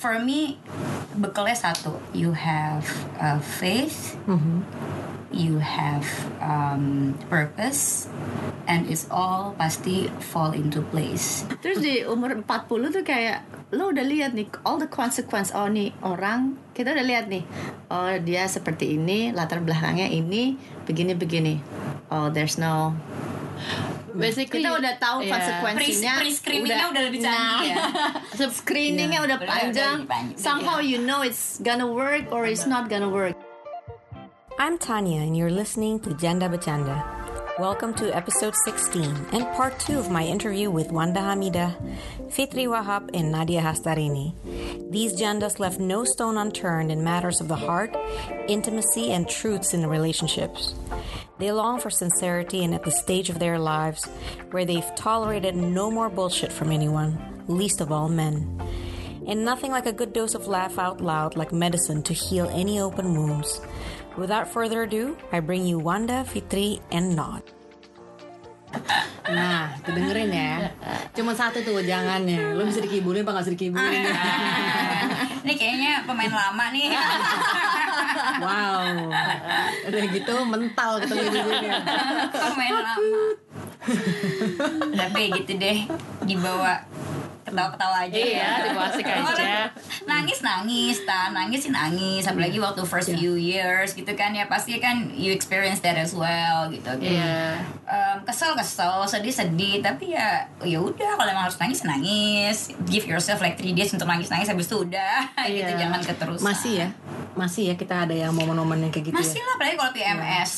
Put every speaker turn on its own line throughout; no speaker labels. for me bekalnya satu you have uh, faith
Mm-hmm.
you have um, purpose and it's all pasti fall into place
Terus di umur 40 tuh kayak lo udah lihat nih all the consequence oh nih orang kita udah lihat nih oh dia seperti ini latar belakangnya ini begini begini oh there's no
Basically,
kita udah tahu
iya.
konsekuensinya
Pre- pre-screeningnya udah lebih canggih ya.
ya. screeningnya
Iya,
udah
udah- udah
panjang
lebih panjang,
somehow you know it's gonna work or it's not gonna work
I'm Tanya, and you're listening to Janda Bachanda. Welcome to episode 16 and part 2 of my interview with Wanda Hamida, Fitri Wahab, and Nadia Hastarini. These Jandas left no stone unturned in matters of the heart, intimacy, and truths in relationships. They long for sincerity and at the stage of their lives where they've tolerated no more bullshit from anyone, least of all men. And nothing like a good dose of laugh out loud like medicine to heal any open wounds. Without further ado, I bring you Wanda, Fitri, and Nod.
Nah, tuh dengerin ya. Cuma satu tuh jangannya. Lo bisa dikibulin apa nggak bisa dikibulin?
ini kayaknya pemain lama nih
Oh.
wow. Udah gitu mental kita dikibulin.
pemain lama tapi gitu deh dibawa ketawa-ketawa aja ya.
Iya, dibawa asik aja.
nangis nangis tan nangis sih nangis apalagi
Iya.
waktu first few years gitu kan ya pasti kan you experience that as well gitu gitu
Iya.
Em, kesel kesel sedih sedih tapi ya ya udah kalau emang harus nangis nangis give yourself like three days untuk nangis nangis habis itu udah gitu
Iya.
jangan keterusan
Masih ya? Masih ya kita ada yang momen-momen yang kayak gitu
masih lah apalagi kalau PMS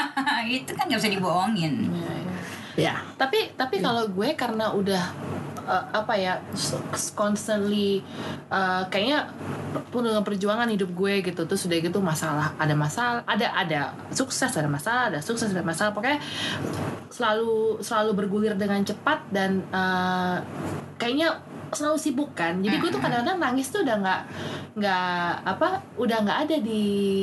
itu kan nggak bisa dibohongin
ya? Ya.
Iya, Tapi tapi kalau gue karena udah eh, apa ya s- constantly eh, kayaknya penuh dengan perjuangan hidup gue gitu terus udah gitu masalah ada masalah ada ada sukses ada masalah ada sukses ada masalah pokoknya selalu selalu bergulir dengan cepat dan eh, kayaknya selalu sibuk kan jadi gue tuh kadang-kadang nangis tuh udah nggak nggak apa udah nggak ada di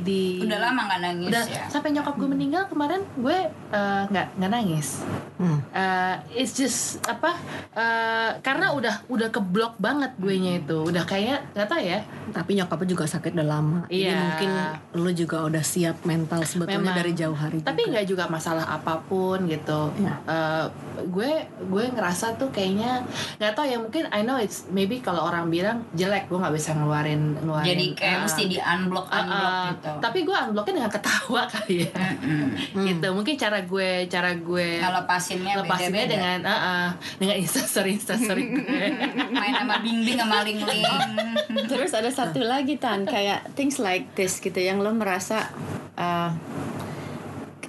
di
udah lama nggak nangis
Iya. udah
ya
sampai nyokap gue meninggal kemarin gue eh, nggak nggak nangis
Hmm.
Eh, it's just apa eh, karena udah udah keblok banget gue nya itu udah kayak nggak tahu ya
Tapi nyokapnya juga sakit udah lama. Jadi
Iya.
mungkin lo juga udah siap mental sebetulnya
Memang.
dari jauh hari.
tapi
juga.
nggak juga masalah apapun gitu
Iya.
Eh, gue gue ngerasa tuh kayaknya nggak tahu ya mungkin I know it's maybe kalau orang bilang jelek gue nggak bisa ngeluarin ngeluarin
jadi kayak
eh,
mesti di unblock
eh,
unblock
eh,
gitu
tapi gue unblocknya dengan ketawa kali ya
Mm-mm.
gitu mungkin cara gue cara gue
Nah, lepasinnya
lepasinnya
beda-beda.
ya. dengan ah ah, dengan instastory instastory gue
main sama bing-bing sama ling-ling
Terus ada satu lagi tan kayak things like this gitu yang lo merasa uh,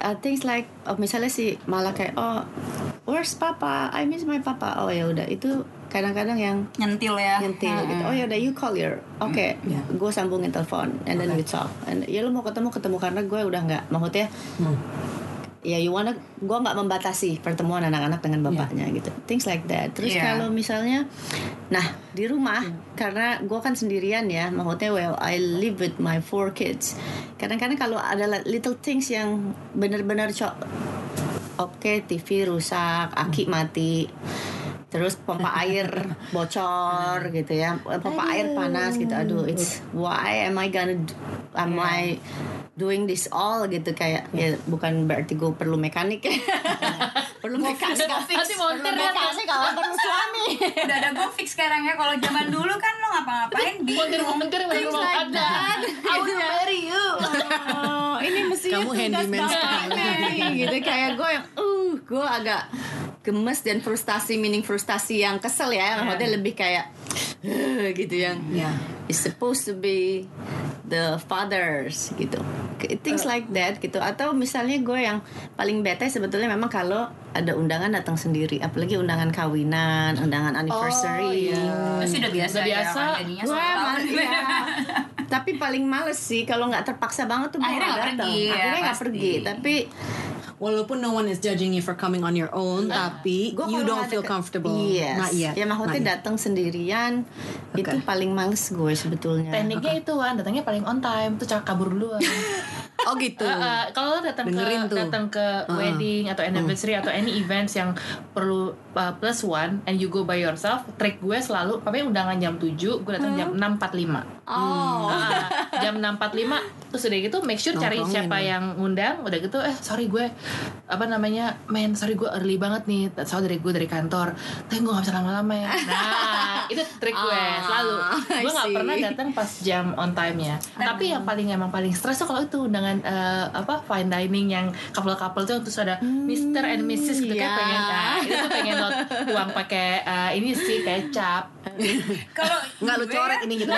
uh, things like oh, misalnya si malah kayak oh where's papa I miss my papa oh ya udah itu kadang-kadang yang
nyentil ya
nyentil gitu oh ya udah you call your oke gue sambungin telepon and then we talk and ya lo mau ketemu ketemu karena gue udah nggak maksudnya
Hmm.
ya you wanna gue nggak membatasi pertemuan anak-anak dengan bapaknya gitu things like that terus
Yeah.
kalau misalnya nah di rumah karena gue kan sendirian ya maksudnya well I live with my four kids kadang-kadang kalau ada li- little things yang benar-benar cok oke TV rusak aki mati terus pompa air bocor gitu ya pompa air panas gitu aduh it's why am I gonna do- am I doing this all gitu kayak ya bukan berarti gue perlu mekanik Iya. perlu mekanik
Nanti mau
perlu mekanik kalau perlu suami
udah ada gue fix sekarang ya kalau zaman dulu kan lo ngapa-ngapain bingung
Montir-montir baru mau
Iya,
ada
I will marry you oh, ini mesti
Kamu handyman
gitu kayak gue yang uh gue agak gemes dan frustasi meaning frustasi yang kesel ya maksudnya lebih kayak "Ugh," gitu yang
Ya.
is supposed to be the fathers gitu K- things like that gitu atau misalnya gue yang paling bete sebetulnya memang kalau ada undangan datang sendiri apalagi undangan kawinan undangan anniversary
Terus udah biasa,
Oh, iya. Udah biasa.
ya, kan jadinya
gue
satu
mal-
tahun.
iya. tapi paling males sih kalau nggak terpaksa banget tuh gue
Akhirnya nggak
datang.
pergi, ya,
akhirnya nggak
pasti.
pergi tapi
Walaupun no one is judging you for coming on your own, tapi
Nah, Gua
you
kalau
don't
ada
feel
ke-
comfortable.
yes.
Not yet.
ya maksudnya
Not yet.
datang sendirian itu paling males gue sebetulnya
Tekniknya itu kan datangnya paling on time tuh cak kabur duluan
Oh gitu.
Eh, eh, kalau lo datang ke
Dengerin tuh.
datang ke wedding atau anniversary atau any events yang perlu uh, plus one and you go by yourself, trick gue selalu pakai undangan jam 7, gue datang jam 6.45.
Oh.
Ah, jam 6.45 terus udah gitu make sure cari
Nongkrongin
siapa
ya.
yang ngundang udah gitu eh sorry gue apa namanya men sorry gue early banget nih soal dari gue dari kantor tapi gue gak bisa lama-lama ya nah itu trik gue
Ah,
selalu
I
gue gak
see.
pernah datang pas jam on time nya tapi yang paling emang paling stres tuh kalau itu undangan eh, apa fine dining yang couple-couple tuh terus ada Mr. and Mrs gitu
Hmm, iya.
kan pengen nah, itu tuh pengen lo uang pakai eh, ini sih kecap
Kalau
Enggak lu
gue-
coret ini gitu.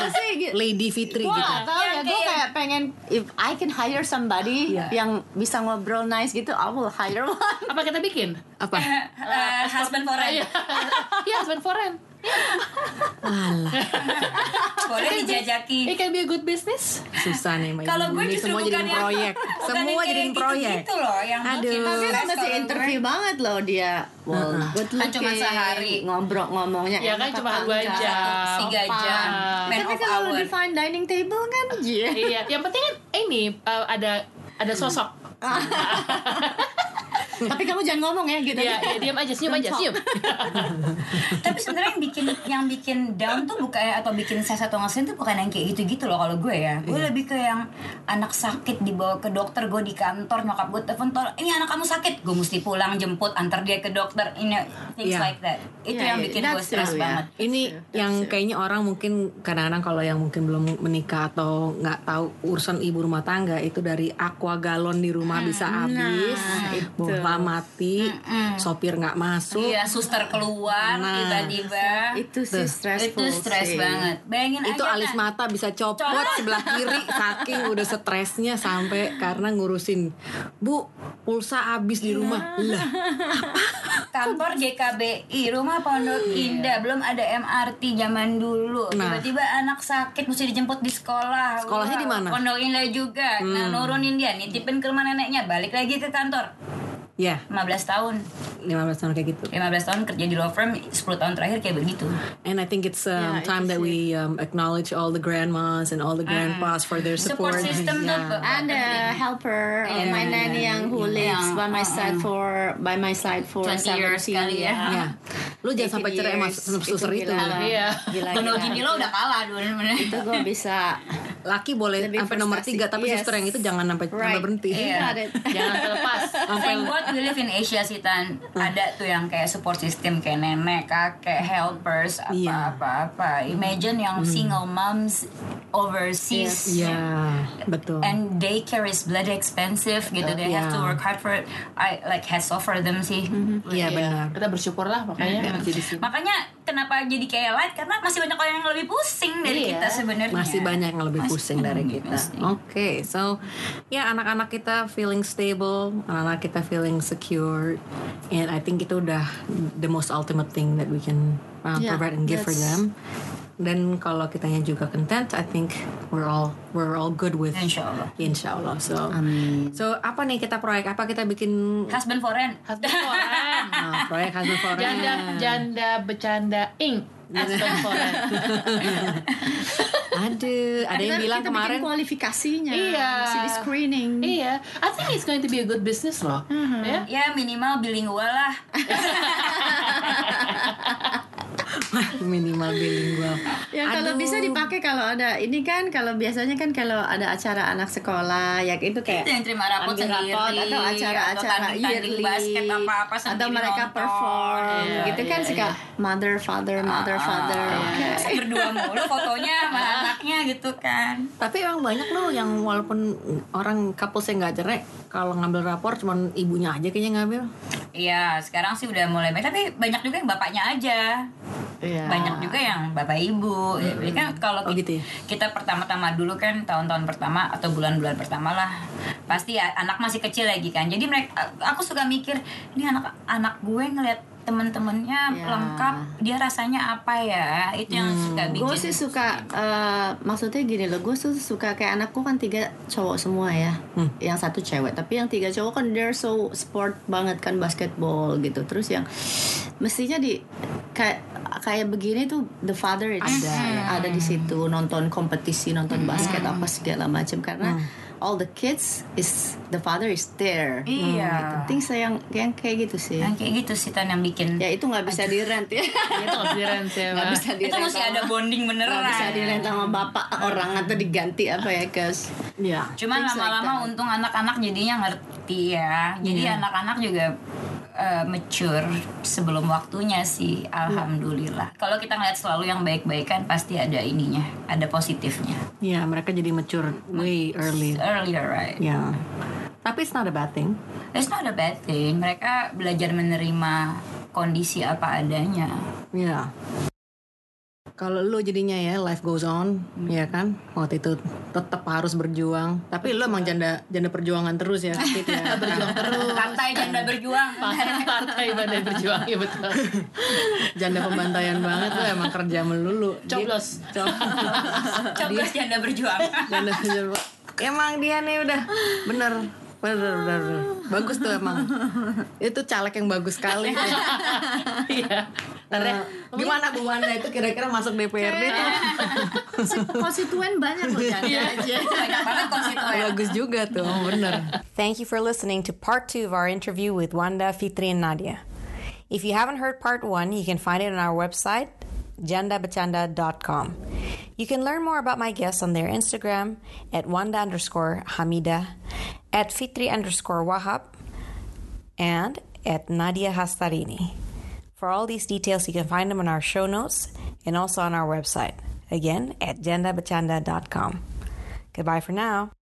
Lady Fitri
Gue
gitu.
gak tau ya, gue kayak pengen If I can hire somebody
Iya.
yang bisa ngobrol nice gitu I will hire one
apa kita bikin
Apa?
Eh, husband for rent.
ya husband foreign
Alah,
boleh dijajaki.
It can be a good business.
susah nih Mbak
Kalau
Ibu.
gue
Ini
justru
semua
bukan
jadi
yang-
proyek.
bukan
Semua
yang
jadi
gitu
kayak
proyek.
gitu-gitu loloh yang
Aduh.
makin
Tapi
stres
masih
kalau
interview
gue.
banget loh dia Well,
Heeh.
good
Kan cuma
looking,
sehari.
Ngobrol-ngomongnya
Ya kan
enak
cuma
apa
dua
enggak.
jam.
Tiga jam.
Sopan.
Man
Tapi
of
kalau
hour.
di fine dining table kan Iya
iya, yang penting kan ini uh, ada ada sosok.
Tapi kamu jangan ngomong ya gitu
Iya, ya, diam aja, senyum aja, senyum.
Tapi sebenarnya yang bikin yang bikin down tuh bukan atau bikin saya atau ngeselin tuh bukan yang kayak gitu-gitu loh kalau gue ya. Gue lebih ke yang anak sakit dibawa ke dokter gue di kantor nyokap gue telepon tol ini anak kamu sakit gue mesti pulang jemput antar dia ke dokter ini things
Iya.
like that. Itu
Iya,
yang
iya,
bikin gue
that's
stres
true, ya.
banget.
Ini yang kayaknya orang mungkin kadang-kadang kalau yang mungkin belum menikah atau nggak tahu urusan ibu rumah tangga itu dari aqua galon di rumah bisa
Nah,
habis, pompa mati, sopir nggak masuk.
Iya, suster keluar
Nah.
tiba-tiba.
Itu sih stressful
Itu stres
sih.
banget. Bayangin
itu
aja
alis
kan.
mata bisa copot sebelah kiri saking udah stresnya sampai karena ngurusin bu pulsa habis di rumah lah
kantor JKBI, rumah Pondok Indah, belum ada MRT zaman dulu.
Iya. Nah.
Tiba-tiba anak sakit mesti dijemput di sekolah.
Sekolahnya
Wah,
di mana? Hmm.
Pondok Indah juga. Nah, nurunin dia, nitipin ke rumah neneknya, balik lagi ke kantor.
ya
15 tahun.
15 tahun kayak gitu
15 tahun kerja di law firm, 10 tahun terakhir kayak begitu.
and I think it's um, time that we um, acknowledge all the grandmas and all the grandpas for their support, Ya.
Support system tuh
Yeah.
ada helper
Iya,
or my nanny yang who lives by my side for by my side for
20 iya. Uh-uh. years
17
kali ya.
Ya. lu jangan sampai cerai mas suster itu
Iya.
Gila,
Pondok
gila.
Indah lo udah kalah dulu.
Itu gue bisa
laki boleh
Lebih
sampai nomor
prestasi.
tiga tapi
Yes.
suster yang itu jangan sampai sampai
Right.
berhenti
Iya.
Got it.
Jangan terlepas.
sampai
Thank God we live in Asia sih Tan Ada tuh yang kayak support system Kayak nenek, kakek, helpers
Iya. Hmm.
Apa-apa-apa Imagine yang single moms Overseas
ya betul
And daycare is bloody expensive gitu. They have to
Yeah.
work hard for it. I like has for them sih.
Iya benar
Kita bersyukurlah makanya masih di sini.
Makanya kenapa jadi kayak light karena masih banyak orang yang lebih pusing dari
Iya.
kita sebenarnya.
masih banyak yang lebih pusing dari kita. Oke, so ya anak-anak kita feeling stable, anak-anak kita feeling secure, and I think itu udah the most ultimate thing that we can uh,
Yeah,
provide and give for
that's-
them. Dan kalau kitanya juga content, I think we're all we're all good with
Insyaallah.
Insyaallah. So, so apa nih kita proyek? Apa kita bikin
Husband foreign.
Husband foreign.
uh, proyek husband for rent?
Janda, janda, bercanda, ing. Husband foreign.
Aduh, ada
Kita-
yang bilang
kita bikin
kemarin
kualifikasinya
Iya.
masih di screening
Iya, I think it's going to be a good business loh. Ya.
Ya minimal bilingual lah.
minimal bilingual.
Ya kalau
Aduh.
bisa dipakai kalau ada ini kan kalau biasanya kan kalau ada acara anak sekolah ya itu kayak
Itu yang terima rapot
ambil
sendiri,
rapot atau
atau
acara-acara
tanding-tanding
yearly
basket apa-apa
atau
sendiri
mereka
nonton.
perform
Iya,
gitu kan
iya,
suka mother father
Ah,
mother father Ah.
Iya. Masa berdua mulu fotonya sama anaknya gitu kan.
Tapi emang banyak loh yang walaupun orang kampusnya nggak cerai, kalau ngambil rapor cuman ibunya aja kayaknya ngambil.
Iya, sekarang sih udah mulai baik, tapi banyak juga yang bapaknya aja.
Iya.
Banyak juga yang bapak ibu. Ya, jadi kan kalau
Oh,
kita,
gitu ya?
kita pertama-tama dulu kan tahun-tahun pertama atau bulan-bulan pertama lah, pasti ya anak masih kecil lagi kan. Jadi mereka aku suka mikir, ini anak anak gue ngeliat temen-temennya
Iya.
lengkap, dia rasanya apa ya? Itu yang suka bikin. Hmm,
Gue sih suka, eh, maksudnya gini loh, gue tuh suka kayak anakku kan tiga cowok semua ya,
Hmm.
yang satu cewek, tapi yang tiga cowok kan they're so sport banget kan basketball gitu, terus yang mestinya di kayak kayak begini tuh the father
ya. Hmm.
itu ada ada di situ nonton kompetisi nonton basket apa segala macam karena all the kids is the father is there.
Iya.
Things yang yang kayak gitu sih.
Yang kayak gitu sih Tan yang bikin.
Ya itu nggak bisa di rent ya.
itu nggak bisa rent ya
Nggak
Mbak.
bisa di
itu mesti ada bonding beneran.
Nggak bisa di rent sama bapak orang atau diganti apa ya guys.
Iya.
Ya.
Cuman
Things like
lama-lama
that.
untung anak-anak jadinya ngerti ya. Jadi anak-anak juga eh, mature sebelum waktunya sih. Alhamdulillah. Kalau kita ngeliat selalu yang baik-baik kan pasti ada ininya, ada positifnya.
Ya, mereka jadi mature way early.
Earlier right.
Ya. Tapi it's not a bad thing.
It's not a bad thing. Mereka belajar menerima kondisi apa adanya.
Iya.
Ya. Kalau lo jadinya ya life goes on,
Hmm.
ya kan? Waktu itu tetap harus berjuang. Tapi lo emang janda janda perjuangan terus ya, Fit, ya.
berjuang terus
Partai janda berjuang.
partai badai berjuang ya betul
janda pembantaian banget lo emang kerja melulu.
coblos
Coblos janda berjuang.
Janda janda- Emang dia nih udah bener. Bener, bener, bener. Bagus tuh emang. Itu caleg yang bagus sekali.
iya
Ntar ya, gimana Bu Wanda itu kira-kira masuk DPRD tuh
Konstituen banyak loh kan.
Banyak banget konstituen.
bagus juga tuh, emang bener.
Thank you for listening to part two of our interview with Wanda, Fitri, and Nadia. If you haven't heard part one, you can find it on our website, jandabachanda.com. You can learn more about my guests on their Instagram at Wanda underscore Hamida, at Fitri underscore Wahab, and at Nadia Hastarini. For all these details, you can find them on our show notes and also on our website. Again, at jandabachanda.com. Goodbye for now.